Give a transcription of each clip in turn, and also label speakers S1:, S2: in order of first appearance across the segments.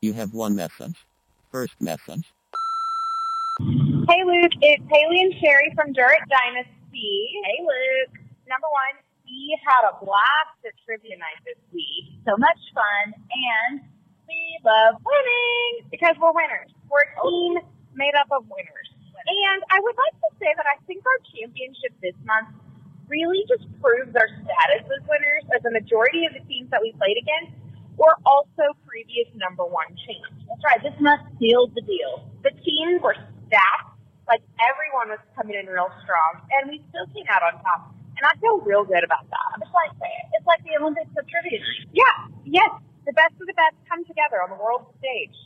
S1: You have one message. First message.
S2: Hey Luke, it's Haley and Sherry from Durant Dynasty. Hey Luke. Number one, we had a blast at trivia night this week. So much fun, and we love winning because we're winners. We're a team made up of winners. And I would like to say that I think our championship this month really just proves our status as winners, as the majority of the teams that we played against were also previous number one champs. That's right. This month sealed the deal. The teams were stacked, like everyone was coming in real strong, and we still came out on top. And I feel real good about that. It's like it's like the Olympics of trivia. Yeah. Yes. The best of the best come together on the world stage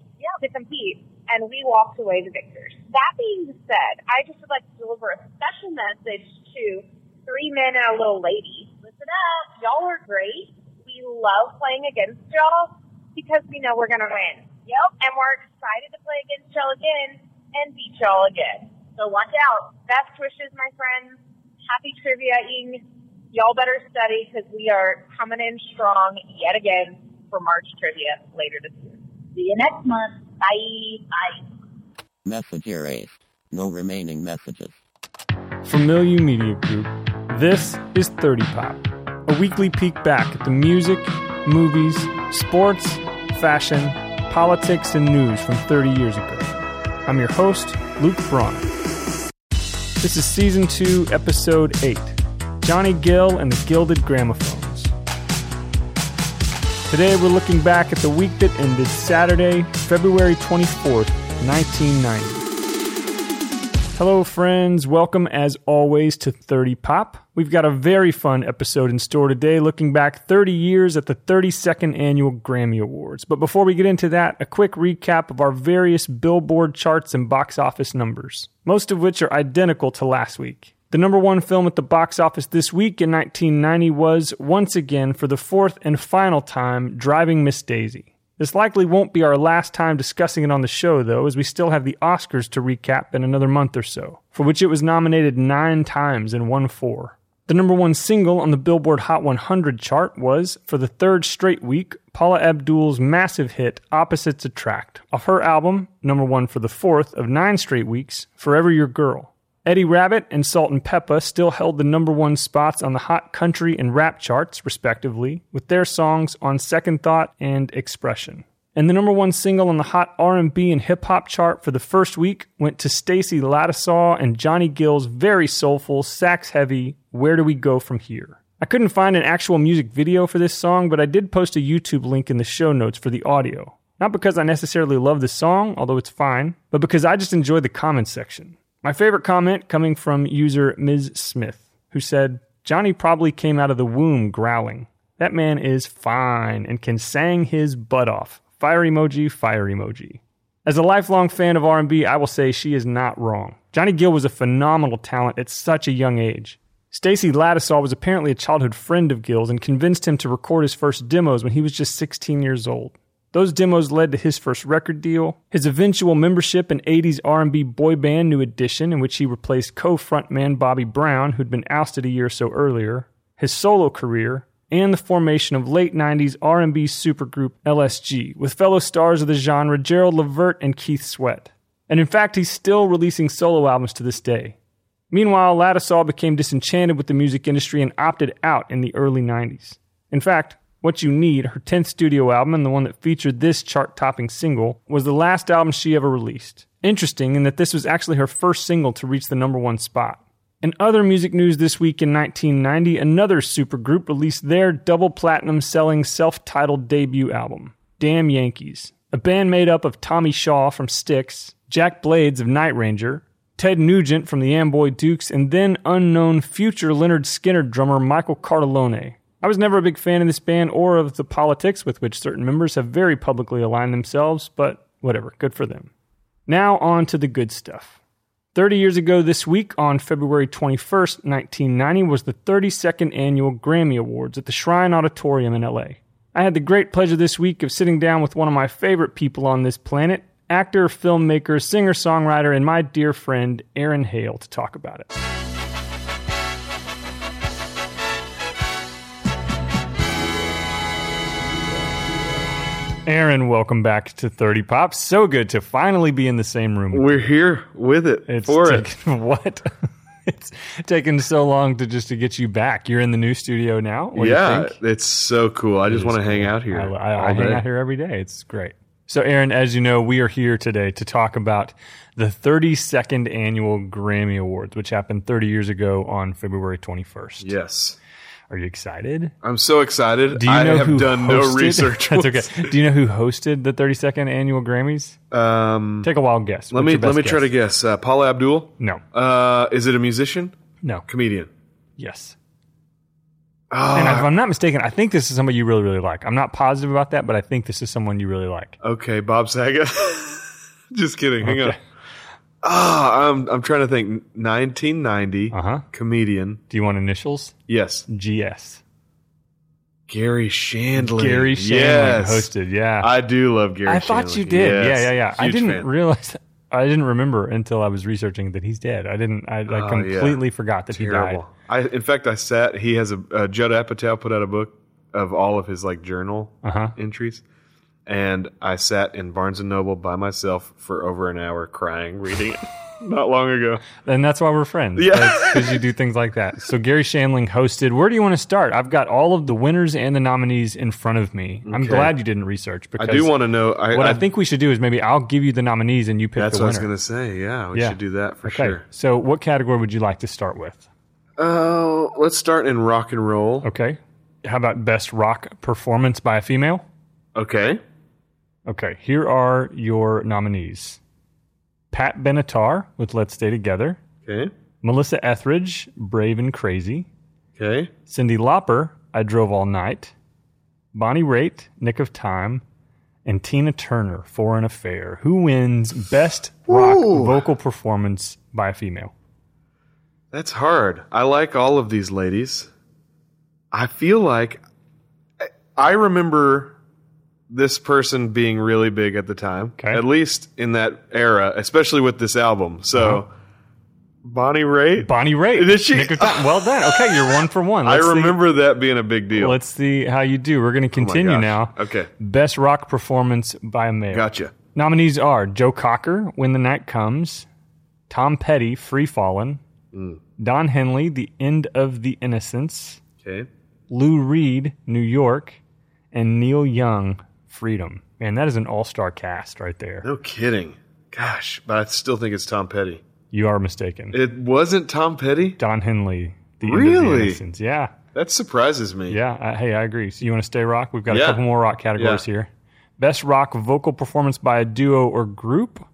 S2: to compete, and we walked away the victors. That being said, I just would like to deliver a special message to three men and a little lady. Listen up, y'all are great. We love playing against y'all because we know we're gonna win. Yep, and we're excited to play against y'all again and beat y'all again. So watch out. Best wishes, my friends. Happy trivia-ing. Y'all better study because we are coming in strong yet again for March trivia later this year. See you next month. Bye. Bye.
S1: Message erased. No remaining messages.
S3: From Milieu Media Group, this is 30 Pop, a weekly peek back at the music, movies, sports, fashion, politics, and news from 30 years ago. I'm your host, Luke Braun. This is Season 2, Episode 8 Johnny Gill and the Gilded Gramophones. Today we're looking back at the week that ended Saturday, February 24th, 1990. Hello, friends. Welcome, as always, to 30 Pop. We've got a very fun episode in store today, looking back 30 years at the 32nd Annual Grammy Awards. But before we get into that, a quick recap of our various Billboard charts and box office numbers, most of which are identical to last week. The number one film at the box office this week in 1990 was, once again, for the fourth and final time, Driving Miss Daisy. This likely won't be our last time discussing it on the show, though, as we still have the Oscars to recap in another month or so, for which it was nominated nine times and won four. The number one single on the Billboard Hot 100 chart was, for the third straight week, Paula Abdul's massive hit Opposites Attract, off her album, number one for the fourth of nine straight weeks, Forever Your Girl. Eddie Rabbit and Salt and Peppa still held the number one spots on the hot country and rap charts, respectively, with their songs on Second Thought and Expression. And the number one single on the hot R&B and hip hop chart for the first week went to Stacy Ladisaw and Johnny Gill's very soulful, sax-heavy "Where Do We Go From Here." I couldn't find an actual music video for this song, but I did post a YouTube link in the show notes for the audio. Not because I necessarily love the song, although it's fine, but because I just enjoy the comments section. My favorite comment coming from user Ms. Smith, who said, Johnny probably came out of the womb growling. That man is fine and can sang his butt off. Fire emoji, fire emoji. As a lifelong fan of R&B, I will say she is not wrong. Johnny Gill was a phenomenal talent at such a young age. Stacy Ladisaw was apparently a childhood friend of Gill's and convinced him to record his first demos when he was just 16 years old. Those demos led to his first record deal, his eventual membership in 80s R&B boy band New Edition in which he replaced co-frontman Bobby Brown who'd been ousted a year or so earlier, his solo career, and the formation of late 90s R&B supergroup LSG with fellow stars of the genre Gerald Levert and Keith Sweat. And in fact, he's still releasing solo albums to this day. Meanwhile, Ladisaw became disenchanted with the music industry and opted out in the early 90s. In fact, What You Need, her 10th studio album and the one that featured this chart topping single, was the last album she ever released. Interesting in that this was actually her first single to reach the number one spot. In other music news this week in 1990, another supergroup released their double platinum selling self titled debut album, Damn Yankees. A band made up of Tommy Shaw from Styx, Jack Blades of Night Ranger, Ted Nugent from the Amboy Dukes, and then unknown future Leonard Skinner drummer Michael Cardellone. I was never a big fan of this band or of the politics with which certain members have very publicly aligned themselves, but whatever, good for them. Now on to the good stuff. 30 years ago this week, on February 21st, 1990, was the 32nd annual Grammy Awards at the Shrine Auditorium in LA. I had the great pleasure this week of sitting down with one of my favorite people on this planet, actor, filmmaker, singer, songwriter, and my dear friend, Aaron Hale, to talk about it. Aaron, welcome back to 30 Pops. So good to finally be in the same room.
S4: We're here with it
S3: It's
S4: for it.
S3: taken, What? it's taken so long to just to get you back. You're in the new studio now. What do you
S4: yeah,
S3: think?
S4: it's so cool. I just want to hang out here.
S3: I, I,
S4: all
S3: I hang
S4: day.
S3: out here every day. It's great. So, Aaron, as you know, we are here today to talk about the 32nd annual Grammy Awards, which happened 30 years ago on February 21st.
S4: Yes,
S3: Are you excited?
S4: I'm so excited.
S3: Do you
S4: I
S3: know
S4: have
S3: who
S4: done
S3: hosted?
S4: no research.
S3: That's okay. Do you know who hosted the 32nd annual Grammys?
S4: Um,
S3: Take a wild guess.
S4: let
S3: What's
S4: me
S3: your best
S4: let me try to
S3: guess?
S4: guess. Uh, Paula Abdul.
S3: No.
S4: Uh, is it a musician?
S3: No.
S4: Comedian.
S3: Yes. And if
S4: Ah,
S3: I'm not mistaken, I think this is somebody you really, really like. I'm not positive about that, but I think this is someone you really like.
S4: okay, Bob Saget. just kidding. Hang
S3: Okay.
S4: on. Ah, I'm I'm trying to think. 1990
S3: Uh huh.
S4: comedian.
S3: Do you want initials?
S4: Yes,
S3: GS.
S4: Gary Shandling.
S3: Gary Shandling
S4: Yes.
S3: hosted. Yeah.
S4: I do love Gary.
S3: I thought
S4: Shandling.
S3: you did.
S4: Yes.
S3: Yeah, yeah, yeah. I
S4: Huge
S3: didn't
S4: fan.
S3: realize. I didn't remember until I was researching that he's dead. I didn't. I, I
S4: Oh, yeah.
S3: completely forgot that he died.
S4: Terrible. I, in fact, I sat. He has a uh, Judd Apatow put out a book of all of his like journal
S3: Uh huh.
S4: entries, and I sat in Barnes and Noble by myself for over an hour crying reading it. Not long ago.
S3: And that's why we're friends.
S4: Yeah.
S3: Because you do things like that. So Gary Shandling hosted. Where do you want to start? I've got all of the winners and the nominees in front of me. I'm
S4: Okay.
S3: glad you didn't research
S4: I
S3: because
S4: do want to know. I,
S3: what I,
S4: I-
S3: think we should do is maybe I'll give you the nominees and you pick
S4: that's
S3: the
S4: what I was
S3: winner.
S4: going to say. Yeah, we
S3: Yeah.
S4: should do that for
S3: okay.
S4: sure.
S3: So what category would you like to start with?
S4: Oh, let's start in rock and roll.
S3: Okay. How about best rock performance by a female?
S4: Okay.
S3: Okay. Here are your nominees. Pat Benatar with Let's Stay Together.
S4: Okay.
S3: Melissa Etheridge, Brave and Crazy.
S4: Okay.
S3: Cindy Lauper, I Drove All Night, Bonnie Raitt, Nick of Time, and Tina Turner, Foreign Affair. Who wins Best Rock
S4: Ooh.
S3: Vocal Performance by a Female?
S4: That's hard. I like all of these ladies. I feel like I- I remember this person being really big at the time,
S3: Okay.
S4: at least in that era, especially with this album. So,
S3: Uh-huh.
S4: Bonnie Raitt,
S3: Bonnie Raitt.
S4: Did she-
S3: Nick of Time. well done. Okay, you're one for one.
S4: I
S3: Let's see-
S4: remember that being a big deal.
S3: Let's see how you do. We're going to
S4: Oh my
S3: continue
S4: gosh.
S3: now.
S4: Okay,
S3: Best Rock Performance by a Male.
S4: gotcha.
S3: Nominees are Joe Cocker, When the Night Comes, Tom Petty, Free Fallin',
S4: Mm.
S3: Don Henley, The End of the Innocence,
S4: Okay,
S3: Lou Reed, New York, and Neil Young, Freedom. Man, that is an all-star cast right there.
S4: no kidding. Gosh, but I still think it's Tom Petty.
S3: You are mistaken.
S4: It wasn't Tom Petty.
S3: Don Henley, the End of the
S4: Really?
S3: Innocents. yeah,
S4: That surprises me.
S3: yeah. I, hey, I agree. So you want to stay rock? We've got a
S4: Yeah.
S3: couple more rock categories here. Best rock vocal performance by a duo or group.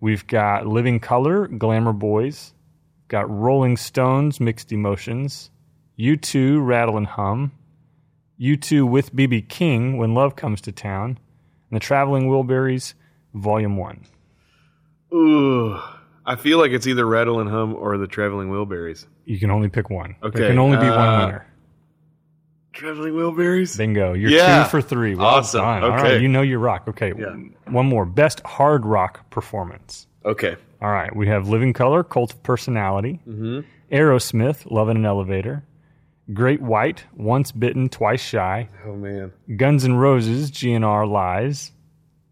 S3: We've got Living Color, Glamour Boys. Got Rolling Stones, Mixed Emotions. U2, Rattle and Hum. U2 with BB King, When Love Comes to Town. And the Traveling Wilburys, Volume 1.
S4: Ooh, I feel like it's either Rattle and Hum or the Traveling Wilburys.
S3: You can only pick one. There
S4: Okay,
S3: can only be
S4: uh,
S3: one winner.
S4: Traveling Wilburys.
S3: Bingo. You're
S4: Yeah.
S3: two for three. Well
S4: Awesome.
S3: done. All
S4: Okay.
S3: right. You know your rock. Okay.
S4: Yeah.
S3: One more. Best hard rock performance.
S4: Okay.
S3: All right. We have Living Color, Cult of Personality. Aerosmith, Love in an Elevator. Great White, Once Bitten, Twice Shy.
S4: Oh man.
S3: Guns N' Roses, GNR Lies.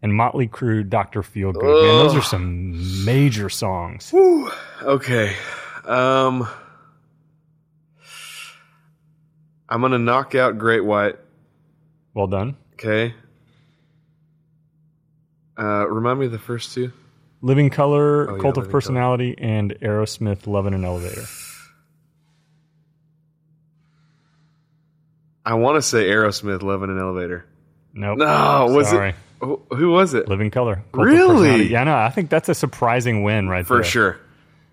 S3: And Motley Crue, Dr. Feelgood. Man, those are some major songs.
S4: Whew. Okay. Um I'm gonna knock out Great White.
S3: Well done.
S4: Okay. Uh remind me of the first two.
S3: Living Color,
S4: Oh, yeah,
S3: Cult
S4: Living
S3: of
S4: Colour.
S3: Personality, and Aerosmith, Love in an Elevator.
S4: I wanna say Aerosmith Love in an Elevator.
S3: Nope.
S4: No, was
S3: Sorry.
S4: it who, who was it?
S3: Living Color. Cult of
S4: Really?
S3: Personality. Yeah, no, I think that's a surprising win right
S4: For
S3: there.
S4: sure.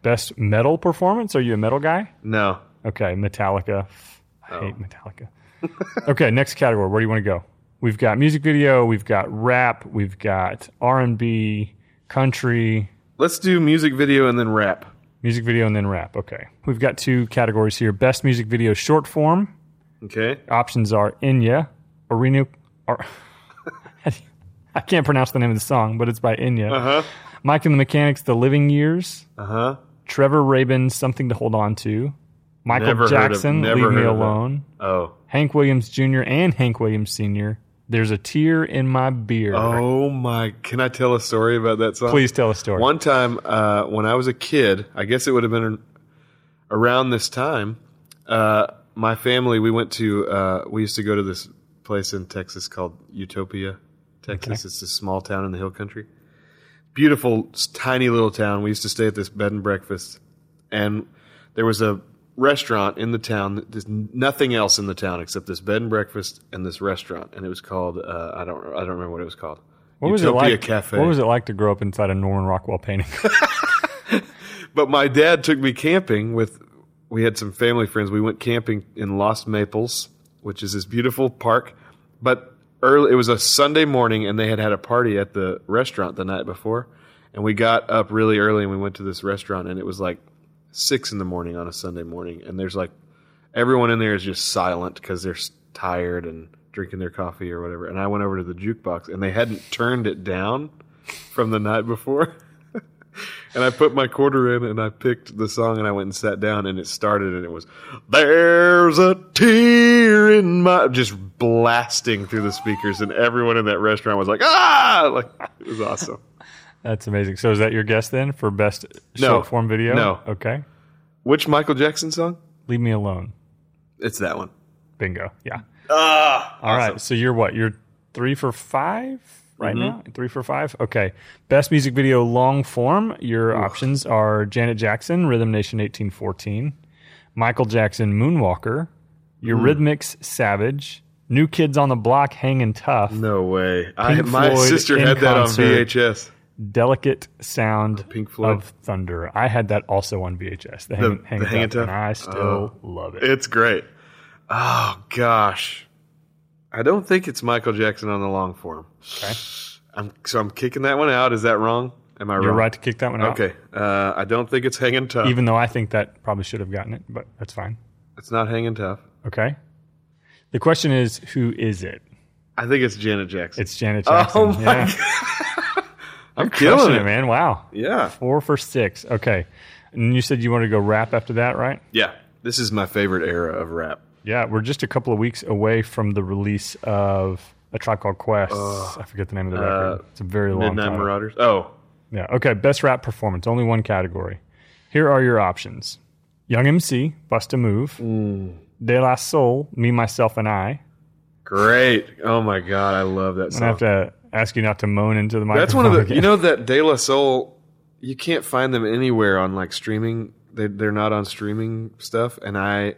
S3: Best metal performance? Are you a metal guy?
S4: No. Oh.
S3: Okay, Metallica. I hate Metallica. Okay, next category. Where do you want to go? We've got music video, we've got rap, we've got R&B, country,
S4: Let's do music video and then rap.
S3: music video and then rap. Okay. We've got two categories here. Best music video short form.
S4: Okay.
S3: Options are Inya, Orino or I can't pronounce the name of the song, but it's by Inya.
S4: Uh huh.
S3: Mike and the Mechanics, The Living Years,
S4: Uh huh.
S3: Trevor Rabin, Something to Hold On To, Michael
S4: Never heard of-
S3: Jackson,
S4: never
S3: Leave Me
S4: heard of that.
S3: Alone,
S4: Oh.
S3: Hank Williams Jr. and Hank Williams Sr. There's a tear in my beer.
S4: Oh my! Can I tell a story about that song?
S3: Please tell a story.
S4: One time uh, when I was a kid, I guess it would have been around this time. Uh, my family we went to uh, we used to go to this place in Texas called Utopia, Texas. It's a small town in the hill country. Beautiful, s- tiny little town. We used to stay at this bed and breakfast, and there was a restaurant in the town. that- There's nothing else in the town except this bed and breakfast and this restaurant, and it was called uh, I don't I don't remember what it was called.
S3: what was
S4: Utopia
S3: it like?
S4: Cafe.
S3: What was it like to grow up inside a Norman Rockwell painting?
S4: But my dad took me camping with. We had some family friends. We went camping in Lost Maples, which is this beautiful park. But early, it was a Sunday morning, and they had had a party at the restaurant the night before. And we got up really early, and we went to this restaurant, and it was like six in the morning on a Sunday morning. And there's like everyone in there is just silent because they're s- tired and drinking their coffee or whatever. And I went over to the jukebox, and they hadn't turned it down from the night before. And I put my quarter in and I picked the song and I went and sat down and it started and it was There's a tear in my just blasting through the speakers and everyone in that restaurant was like, Ah like it was awesome.
S3: That's amazing. So is that your guess then for best
S4: No.
S3: short form video?
S4: No.
S3: Okay.
S4: Which Michael Jackson song?
S3: Leave me alone.
S4: It's that one.
S3: Bingo. Yeah.
S4: Ah
S3: All right. So you're what? You're three for five right
S4: Mm-hmm.
S3: now? Three for five? Okay. Best music video long form. Your options are Janet Jackson, Rhythm Nation 1814, Michael Jackson, Moonwalker,
S4: Mm.
S3: Eurythmics, Savage, New Kids on the Block, Hangin' Tough,
S4: No way. I,
S3: Pink
S4: my
S3: Floyd
S4: sister
S3: in
S4: had that on
S3: concert.
S4: VHS.
S3: Delicate Sound
S4: Pink Floyd.
S3: of Thunder. I had that also on VHS, the, Hangin'
S4: the
S3: Hangin'
S4: Hangin'
S3: Tough, and
S4: Tough? Oh.
S3: I still love it.
S4: It's great. Oh gosh. I don't think it's Michael Jackson on the long form.
S3: Okay.
S4: I'm so I'm kicking that one out. Is that wrong? Am I
S3: You're
S4: wrong?
S3: right to kick that one out.
S4: Okay. Uh, I don't think it's hanging tough.
S3: Oh. Even though I think that probably should have gotten it, but that's fine.
S4: it's not hanging tough.
S3: Okay. The question is, who is it?
S4: I think it's Janet Jackson.
S3: It's Janet Jackson.
S4: oh my
S3: yeah.
S4: god. I'm
S3: Crushing
S4: killing
S3: it,
S4: it, man.
S3: man. Wow.
S4: Yeah.
S3: Four for six. Okay. And you said you wanted to go rap after that, right?
S4: Yeah. This is my favorite era of rap.
S3: Yeah. We're just a couple of weeks away from the release of A Tribe Called Quest. I forget the name of the record. it's a very long
S4: Uh, Midnight
S3: time.
S4: Marauders. Oh.
S3: Yeah. Okay. Best rap performance. Only one category. Here are your options Young MC, Bust a Move,
S4: Mm.
S3: De La Soul, Me, Myself, and I.
S4: Great. Oh my god, I love that
S3: I
S4: song.
S3: have to ask you not to moan into the microphone.
S4: That's one of the
S3: again.
S4: you know that De La Soul you can't find them anywhere on like streaming. They they're not on streaming stuff and I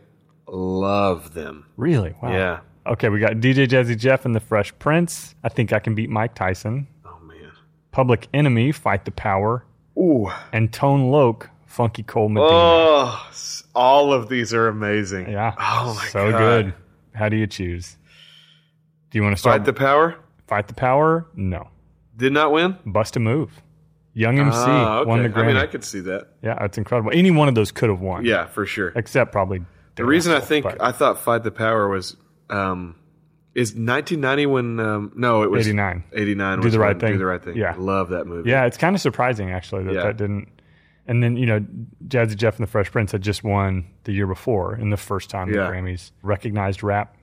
S4: love them.
S3: Really? Wow.
S4: Yeah.
S3: Okay, we got DJ Jazzy Jeff and the Fresh Prince. I think I can beat Mike Tyson.
S4: Oh man.
S3: Public Enemy, Fight the Power,
S4: Ooh.
S3: and Tone Loc, Funky Cole Medina.
S4: Oh, s- all of these are amazing.
S3: yeah.
S4: Oh my
S3: so
S4: god.
S3: good. How do you choose? Do you want to start
S4: Fight the power
S3: Fight the Power? No.
S4: did not win.
S3: Bust a Move. Young MC
S4: Ah,
S3: won the Grammy.
S4: I mean, I could see that.
S3: yeah, that's incredible. Any one of those could have won.
S4: Yeah, for sure.
S3: Except probably
S4: the reason I think
S3: but
S4: I thought Fight the Power was um, is 1990 when um, no, it was
S3: 89.
S4: 89
S3: Do
S4: was
S3: the Right
S4: when
S3: Thing.
S4: Do the right thing.
S3: Yeah.
S4: love that movie.
S3: Yeah, it's kind of surprising actually that
S4: Yeah.
S3: that didn't. And then you know, Jazzy Jeff and the Fresh Prince had just won the year before in the first time the
S4: Yeah.
S3: Grammys recognized rap.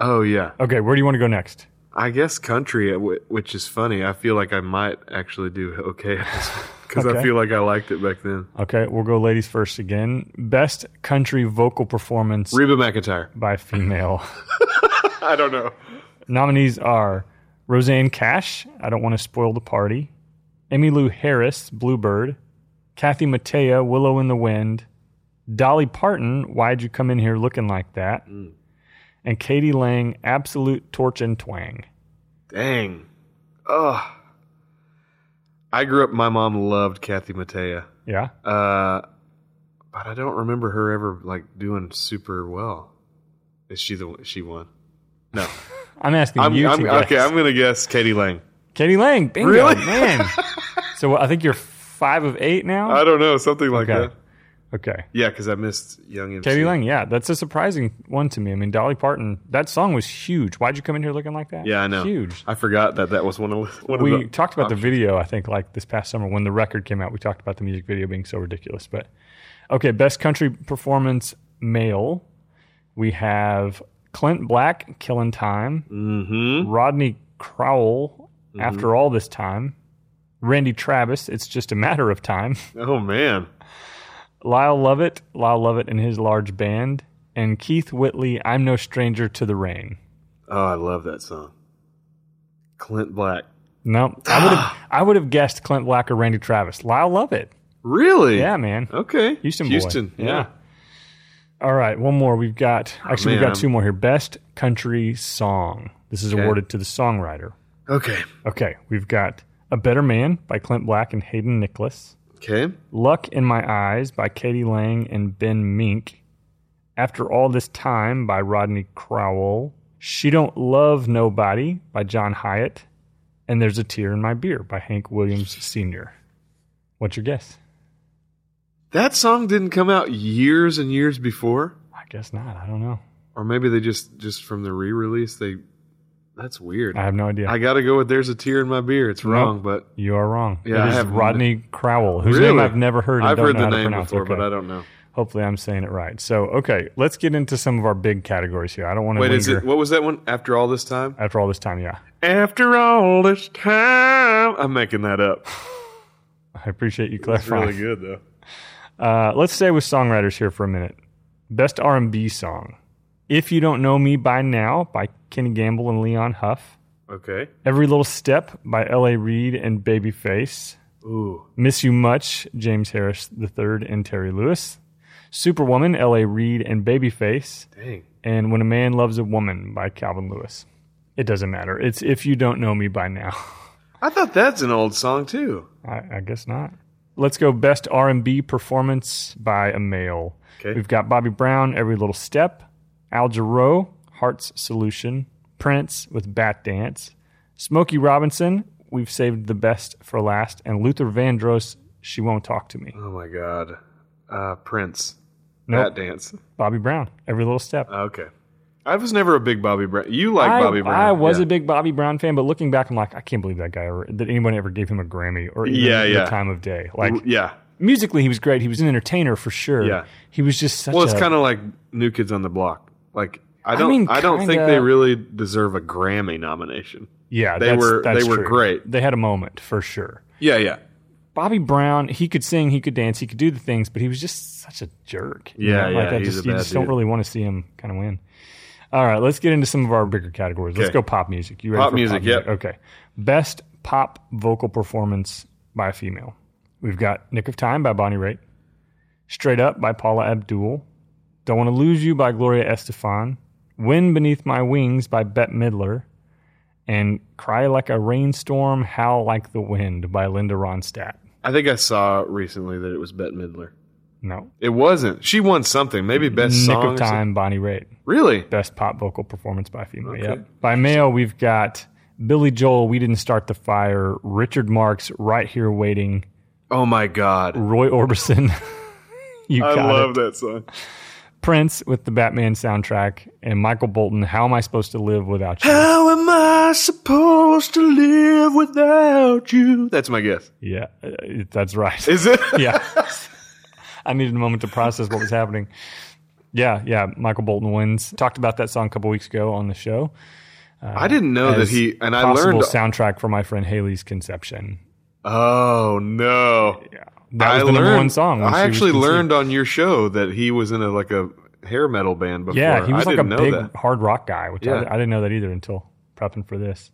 S4: Oh yeah.
S3: Okay, where do you want to go next?
S4: I guess country, uh, wh- which is funny. I feel like I might actually do okay at this because
S3: Okay.
S4: I feel like I liked it back then.
S3: Okay, we'll go ladies first again. Best country vocal performance
S4: Reba McIntyre.
S3: by female.
S4: I don't know.
S3: Nominees are Roseanne Cash, I Don't Want to Spoil the Party, Emmylou Harris, Bluebird, Kathy Mattea, Willow in the Wind, Dolly Parton, Why'd You Come In Here Looking Like That,
S4: Mm.
S3: and Katie Lang, Absolute Torch and Twang.
S4: Dang. Ugh. I grew up. My mom loved Kathy Mattea.
S3: Yeah?
S4: Uh, but I don't remember her ever like doing super well. Is she the one- she won? No.
S3: I'm asking
S4: I'm,
S3: you
S4: I'm,
S3: to guess.
S4: okay, I'm going to guess Katie Lang.
S3: Katie Lang. Bingo,
S4: Really?
S3: man. so I think you're five of eight now.
S4: I don't know, something like
S3: Okay.
S4: that.
S3: okay.
S4: Yeah, because I missed Young MC.
S3: Katie Lang, yeah, that's a surprising one to me. I mean, Dolly Parton, that song was huge. Why'd you come in here looking like that?
S4: Yeah, I know.
S3: Huge.
S4: I forgot that that was one of one of
S3: We
S4: the.
S3: talked about the video, I think, like this past summer when the record came out. We talked about the music video being so ridiculous. But okay, best country performance male. We have Clint Black, Killing Time,
S4: hmm
S3: Rodney Crowell, After All This Time, Randy Travis, It's Just a Matter of Time,
S4: Oh man,
S3: Lyle Lovett, Lyle Lovett and his large band, and Keith Whitley, I'm No Stranger to the Rain.
S4: oh I love that song. Clint Black.
S3: No, I would have. I would have guessed Clint Black or Randy Travis. Lyle Lovett.
S4: Really?
S3: Yeah, man.
S4: Okay.
S3: Houston boy.
S4: Houston.
S3: Yeah.
S4: Yeah.
S3: All right, one more. We've got actually we've
S4: man,
S3: got
S4: I'm-
S3: two more here. Best country song. This is awarded to the songwriter.
S4: Okay.
S3: Okay, we've got A Better Man by Clint Black and Hayden Nicholas.
S4: Okay.
S3: Luck in My Eyes by Katie Lang and Ben Mink. After All This Time by Rodney Crowell. She Don't Love Nobody by John Hyatt. And There's a Tear in My Beer by Hank Williams Sr. What's your guess?
S4: That song didn't come out years and years before,
S3: I guess not. I don't know.
S4: or maybe they just just from the re-release. They. That's weird.
S3: I have no idea.
S4: I got to go with "There's a Tear in My Beer." It's wrong, but
S3: you are wrong.
S4: Yeah,
S3: it
S4: I
S3: is
S4: have-
S3: Rodney Crowell, whose name
S4: Really?
S3: I've never heard. And
S4: I've
S3: don't
S4: heard
S3: know
S4: the
S3: how to
S4: name
S3: pronounce.
S4: before, but
S3: Okay.
S4: I don't know.
S3: Hopefully, I'm saying it right. So, okay, let's get into some of our big categories here. I don't want to
S4: Wait, is
S3: linger
S4: it what was that one? After all this time.
S3: after all this time. Yeah,
S4: After all this time, I'm making that up.
S3: I appreciate you
S4: That's
S3: clarifying.
S4: really good though.
S3: Uh, let's stay with songwriters here for a minute. Best R&B song. If You Don't Know Me by Now by Kenny Gamble and Leon Huff.
S4: Okay.
S3: Every Little Step by L.A. Reid and Babyface.
S4: Ooh.
S3: Miss You Much, James Harris III and Terry Lewis. Superwoman, L.A. Reid and Babyface.
S4: Dang.
S3: And When a Man Loves a Woman by Calvin Lewis. It doesn't matter. It's If You Don't Know Me by Now.
S4: I thought that's an old song too.
S3: I, I guess not. Let's go best R&B performance by a male.
S4: Okay.
S3: We've got Bobby Brown, Every Little Step, Al Jarreau, Heart's Solution, Prince with Bat Dance, Smokey Robinson, We've Saved the Best for Last, and Luther Vandross, She Won't Talk to Me.
S4: Oh my god. Uh, Prince.
S3: Nope.
S4: That dance.
S3: Bobby Brown, Every Little Step.
S4: Okay. I was never a big Bobby Brown. You like
S3: I,
S4: Bobby Brown.
S3: I was
S4: yeah.
S3: a big Bobby Brown fan, but looking back, I'm like, I can't believe that guy ever, that anyone ever gave him a Grammy or even
S4: Yeah, yeah.
S3: the time of day. Like,
S4: Yeah.
S3: musically, he was great. He was an entertainer for sure.
S4: Yeah.
S3: He was just such
S4: Well, it's
S3: a-
S4: kind of like New Kids on the Block. Like I don't. I,
S3: mean,
S4: don't think
S3: kinda-
S4: they really deserve a Grammy nomination.
S3: Yeah,
S4: They
S3: that's,
S4: were-
S3: that's
S4: they were
S3: true.
S4: great.
S3: They had a moment for sure.
S4: Yeah. Yeah.
S3: Bobby Brown, he could sing, he could dance, he could do the things, but he was just such a jerk. you
S4: Yeah,
S3: know? like
S4: yeah,
S3: I
S4: he's
S3: just
S4: a
S3: you
S4: bad
S3: just don't
S4: dude.
S3: really want to see him kind of win. All right, let's get into some of our bigger categories. Let's
S4: Okay.
S3: go pop music. You ready
S4: Pop
S3: for
S4: music, yep.
S3: Okay, best pop vocal performance by a female. We've got "Nick of Time" by Bonnie Raitt, "Straight Up" by Paula Abdul, "Don't Want to Lose You" by Gloria Estefan, "Wind Beneath My Wings" by Bette Midler, and "Cry Like a Rainstorm, Howl Like the Wind" by Linda Ronstadt.
S4: I think I saw recently that it was Bette Midler.
S3: No,
S4: It wasn't. She won something. Maybe best
S3: Nick
S4: song.
S3: of
S4: or something.
S3: Time, Bonnie Raitt.
S4: Really?
S3: Best pop vocal performance by a female.
S4: Okay.
S3: Yep. By male, we've got Billy Joel, We Didn't Start the Fire, Richard Marks, Right Here Waiting,
S4: Oh my god.
S3: Roy Orbison. you
S4: I
S3: got
S4: love
S3: it.
S4: that song.
S3: Prince with the Batman soundtrack, and Michael Bolton, How Am I Supposed to Live Without You?
S4: How am I supposed to live without you? That's my guess.
S3: yeah, uh, that's right.
S4: Is it?
S3: yeah. I needed a moment to process what was happening. Yeah, yeah. Michael Bolton wins. Talked about that song a couple weeks ago on the show.
S4: I didn't know that
S3: as
S4: he and I
S3: possible
S4: learned.
S3: soundtrack for my friend Haley's conception.
S4: oh no!
S3: Yeah, that was
S4: I
S3: the number
S4: learned-
S3: one song. when she
S4: I
S3: was
S4: actually
S3: conceived.
S4: learned on your show that he was in a like a hair metal band before.
S3: Yeah, he was
S4: I
S3: like a
S4: didn't know
S3: big
S4: that.
S3: hard rock guy, which
S4: Yeah.
S3: I, I didn't know that either until prepping for this.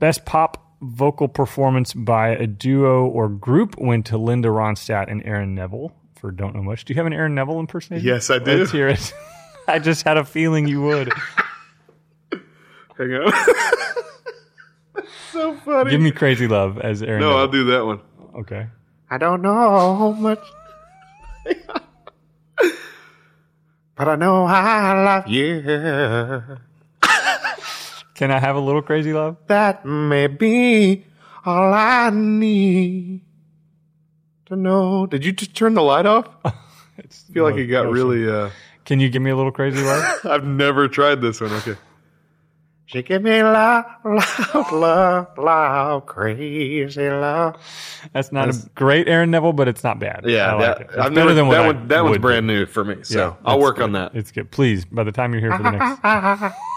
S3: Best pop vocal performance by a duo or group went to Linda Ronstadt and Aaron Neville for "Don't Know Much." Do you have an Aaron Neville impersonation?
S4: Yes, I do.
S3: Let's hear it. I just had a feeling you would.
S4: Hang on. so funny.
S3: Give me crazy love as Aaron.
S4: no, I'll
S3: Neville.
S4: do that one.
S3: Okay.
S4: I don't know how much, but I know I love you.
S3: Can I have a little crazy love?
S4: That may be all I need to know. Did you just turn the light off? I
S3: It's,
S4: feel like it got really. Uh,
S3: Can you give me a little crazy love?
S4: I've never tried this one. Okay. She give me love, love, love, love, crazy love.
S3: That's not a great Aaron Neville, but it's not bad. I
S4: Yeah,
S3: like
S4: that,
S3: it. It's better
S4: I've never,
S3: than what
S4: that
S3: I
S4: one. That
S3: would
S4: one's
S3: do.
S4: brand new for me, so
S3: Yeah,
S4: I'll
S3: it's
S4: work
S3: good.
S4: on that.
S3: It's good. Please, by the time you're here for the next,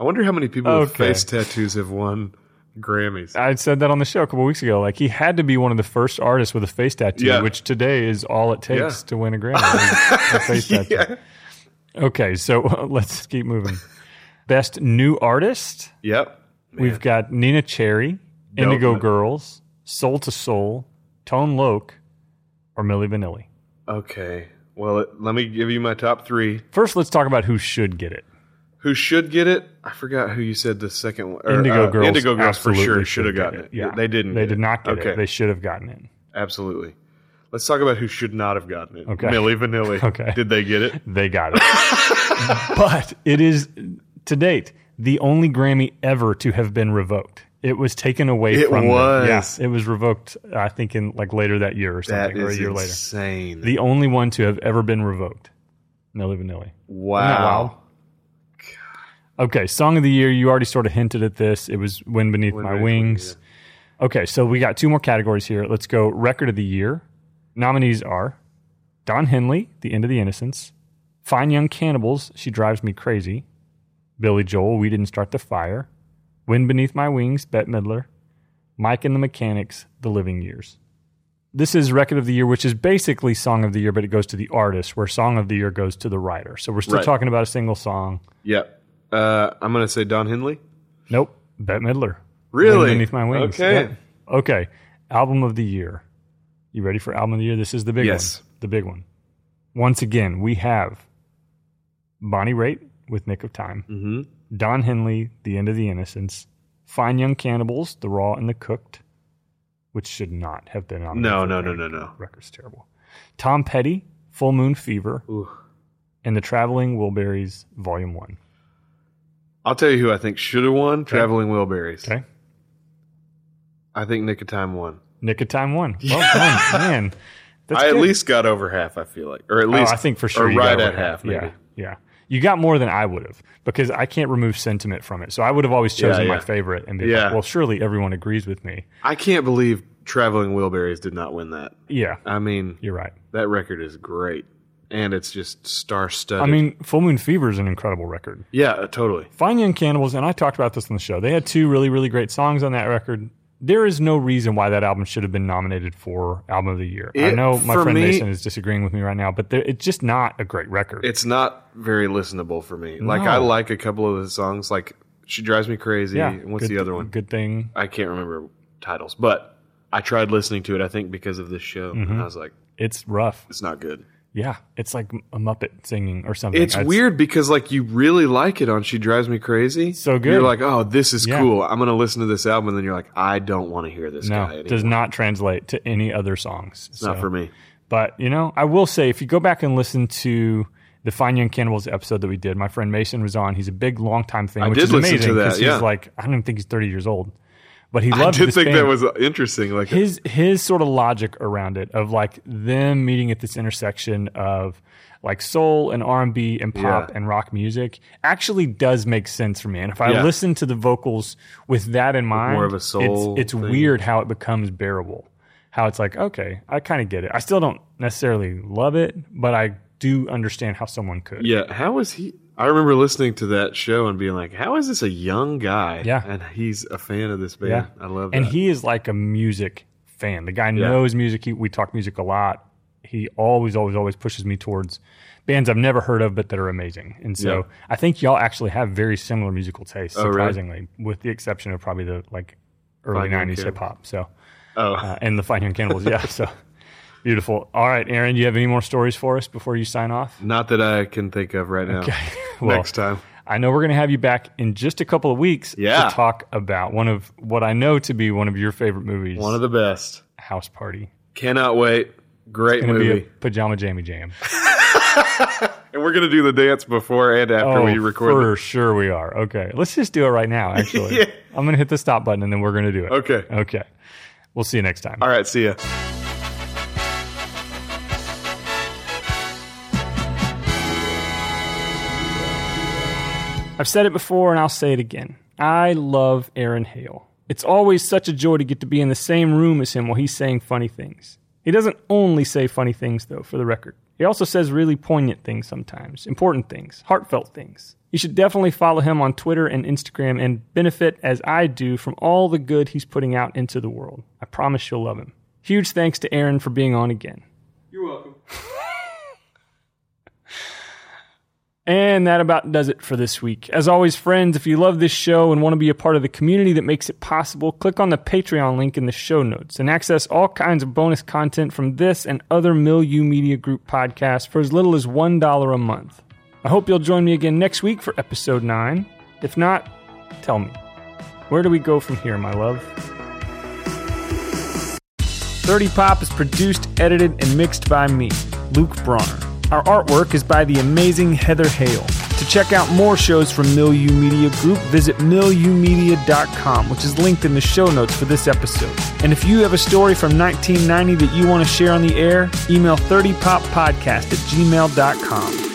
S4: I wonder how many people with
S3: Okay.
S4: face tattoos have won Grammys.
S3: I said that on the show a couple weeks ago. Like he had to be one of the first artists with a face tattoo,
S4: Yeah.
S3: which today is all it takes
S4: Yeah.
S3: to win a Grammy. a face tattoo.
S4: Yeah.
S3: Okay, so let's keep moving. Best new artist.
S4: Yep.
S3: We've got Nina Cherry, Indigo
S4: man.
S3: Girls, Soul to Soul, Tone Loc, or Milli Vanilli.
S4: Okay. Well, it, let me give you my top three.
S3: First, let's talk about who should get it.
S4: Who should get it? I forgot who you said the second one. or,
S3: Indigo
S4: uh,
S3: Girls.
S4: Indigo Girls for
S3: absolutely
S4: sure should have
S3: get
S4: gotten it.
S3: Yeah.
S4: They didn't.
S3: They
S4: get
S3: did
S4: it.
S3: not get
S4: okay.
S3: it. They should have gotten it.
S4: Absolutely. Let's talk about who should not have gotten it.
S3: Okay.
S4: Millie Vanilli.
S3: Okay.
S4: Did they get it?
S3: They got it. but it is, to date, the only Grammy ever to have been revoked. It was taken away
S4: It
S3: from them. Yeah,
S4: was.
S3: it was revoked, I think, in like later that year or
S4: That
S3: something, or a
S4: is
S3: year later.
S4: insane.
S3: The only one to have ever been revoked. Milli Vanilli.
S4: wow.
S3: Okay, song of the year. You already sort of hinted at this. It was "Wind Beneath My
S4: Beneath My
S3: Wings." Okay, so we got two more categories here. Let's go. Record of the year nominees are Don Henley, "The End of the Innocence," Fine Young Cannibals, "She Drives Me Crazy," Billy Joel, "We Didn't Start the Fire," "Wind Beneath My Wings," Bette Midler, Mike and the Mechanics, "The Living Years." This is Record of the Year, which is basically Song of the Year, but it goes to the artist, where Song of the Year goes to the writer. So we're still
S4: Right.
S3: talking about a single song.
S4: Yep. Uh, I'm going to say Don Henley.
S3: Nope. Bette Midler.
S4: Really?
S3: Wind Beneath my wings.
S4: Okay.
S3: Yep. Okay. Album of the year. You ready for album of the year? This is the big
S4: Yes.
S3: one. The big one. Once again, we have Bonnie Raitt with Nick of Time,
S4: Mhm.
S3: Don Henley, The End of the Innocence, Fine Young Cannibals, The Raw and the Cooked, which should not have been on.
S4: No,
S3: the
S4: no, no, no, no.
S3: Record's terrible. Tom Petty, Full Moon Fever,
S4: Ooh.
S3: and The Traveling Wilburys, Volume One.
S4: I'll tell you who I think should have won Traveling Wilburys.
S3: Okay.
S4: I think Nick of Time won.
S3: Nick of Time one. Well done, man. That's
S4: I at
S3: good.
S4: least got over half, I feel like. Or at
S3: Oh,
S4: least.
S3: I think for sure
S4: Or
S3: you
S4: right
S3: got
S4: at
S3: it.
S4: half, maybe.
S3: Yeah, yeah. You got more than I would have because I can't remove sentiment from it. So I would have always chosen
S4: Yeah,
S3: my
S4: yeah.
S3: favorite and be
S4: Yeah.
S3: like, well, surely everyone agrees with me.
S4: I can't believe Traveling Wilburys did not win that.
S3: Yeah,
S4: I mean,
S3: you're right.
S4: that record is great. And it's just star studded.
S3: I mean, Full Moon Fever is an incredible record.
S4: yeah, totally.
S3: Fine Young Cannibals, and I talked about this on the show. They had two really, really great songs on that record. There is no reason why that album should have been nominated for Album of the Year. I
S4: It-
S3: know my
S4: for
S3: friend
S4: me-
S3: Mason is disagreeing with me right now, but there- it's just not a great record.
S4: It's not very listenable for me. Like,
S3: No.
S4: I like a couple of the songs, like She Drives Me Crazy.
S3: yeah.
S4: and What's
S3: good-
S4: the other one?
S3: Good thing.
S4: I can't remember titles, but I tried listening to it, I think, because of this show. And
S3: Mm-hmm.
S4: I was like,
S3: It's rough.
S4: it's not good.
S3: Yeah, it's like a Muppet singing or something.
S4: It's weird because like you really like it on She Drives Me Crazy.
S3: So good.
S4: You're like, oh, this is
S3: Yeah.
S4: cool. I'm gonna listen to this album, and then you're like, I don't want to hear this
S3: No,
S4: guy. Anymore.
S3: does not translate to any other songs.
S4: It's not for me.
S3: But you know, I will say if you go back and listen to the Fine Young Cannibals episode that we did, my friend Mason was on. He's a big, long time fan,
S4: I
S3: which
S4: did
S3: is
S4: listen
S3: amazing
S4: to that,
S3: 'cause
S4: yeah.
S3: he's like I don't even think he's thirty years old, but he
S4: I
S3: loved
S4: did
S3: this
S4: think
S3: band.
S4: that was interesting. Like,
S3: his his sort of logic around it of like them meeting at this intersection of like soul and R&B and pop
S4: Yeah.
S3: and rock music actually does make sense for me. And if I
S4: Yeah.
S3: listen to the vocals with that in mind,
S4: more of a soul
S3: it's, it's
S4: thing.
S3: weird how it becomes bearable. How it's like, okay, I kind of get it. I still don't necessarily love it, but I do understand how someone could.
S4: yeah, how is he? I remember listening to that show and being like, how is this a young guy?
S3: Yeah.
S4: and he's a fan of this band.
S3: Yeah.
S4: I love that.
S3: And he is like a music fan. The guy knows music. He, we talk music a lot. He always, always, always pushes me towards bands I've never heard of, but that are amazing. And so
S4: Yeah. Oh,
S3: I think y'all actually have very similar musical tastes,
S4: really?
S3: surprisingly, with the exception of probably the like early '90s
S4: Fine Young
S3: hip
S4: Cannibals.
S3: hop. So
S4: oh,
S3: uh, and the Fine Young Cannibals, yeah. So beautiful. All right, Aaron, do you have any more stories for us before you sign off?
S4: not that I can think of right now.
S3: Well,
S4: Next time,
S3: I know we're going to have you back in just a couple of weeks
S4: Yeah.
S3: to talk about one of what I know to be one of your favorite movies,
S4: one of the best.
S3: House Party.
S4: Cannot wait. Great
S3: Gonna be
S4: movie.
S3: a pajama jammy jam.
S4: And we're gonna do the dance before and after
S3: oh,
S4: we record.
S3: for sure we are. Okay, let's just do it right now. Actually,
S4: Yeah.
S3: I'm gonna hit the stop button and then we're gonna do it.
S4: the- okay.
S3: Okay. We'll see you next time.
S4: All right. See ya.
S3: I've said it before and I'll say it again. I love Aaron Hale. It's always such a joy to get to be in the same room as him while he's saying funny things. He doesn't only say funny things, though, for the record. He also says really poignant things sometimes, important things, heartfelt things. You should definitely follow him on Twitter and Instagram and benefit, as I do, from all the good he's putting out into the world. I promise you'll love him. Huge thanks to Aaron for being on again.
S4: You're welcome.
S3: And that about does it for this week. As always, friends, if you love this show and want to be a part of the community that makes it possible, click on the Patreon link in the show notes and access all kinds of bonus content from this and other Milieu Media Group podcasts for as little as $1 a month. I hope you'll join me again next week for episode 9. If not, tell me. Where do we go from here, my love? 30 Pop is produced, edited, and mixed by me, Luke Bronner. Our artwork is by the amazing Heather Hale. To check out more shows from Milieu Media Group, visit milieumedia.com, which is linked in the show notes for this episode. And if you have a story from 1990 that you want to share on the air, email 30poppodcast at gmail.com.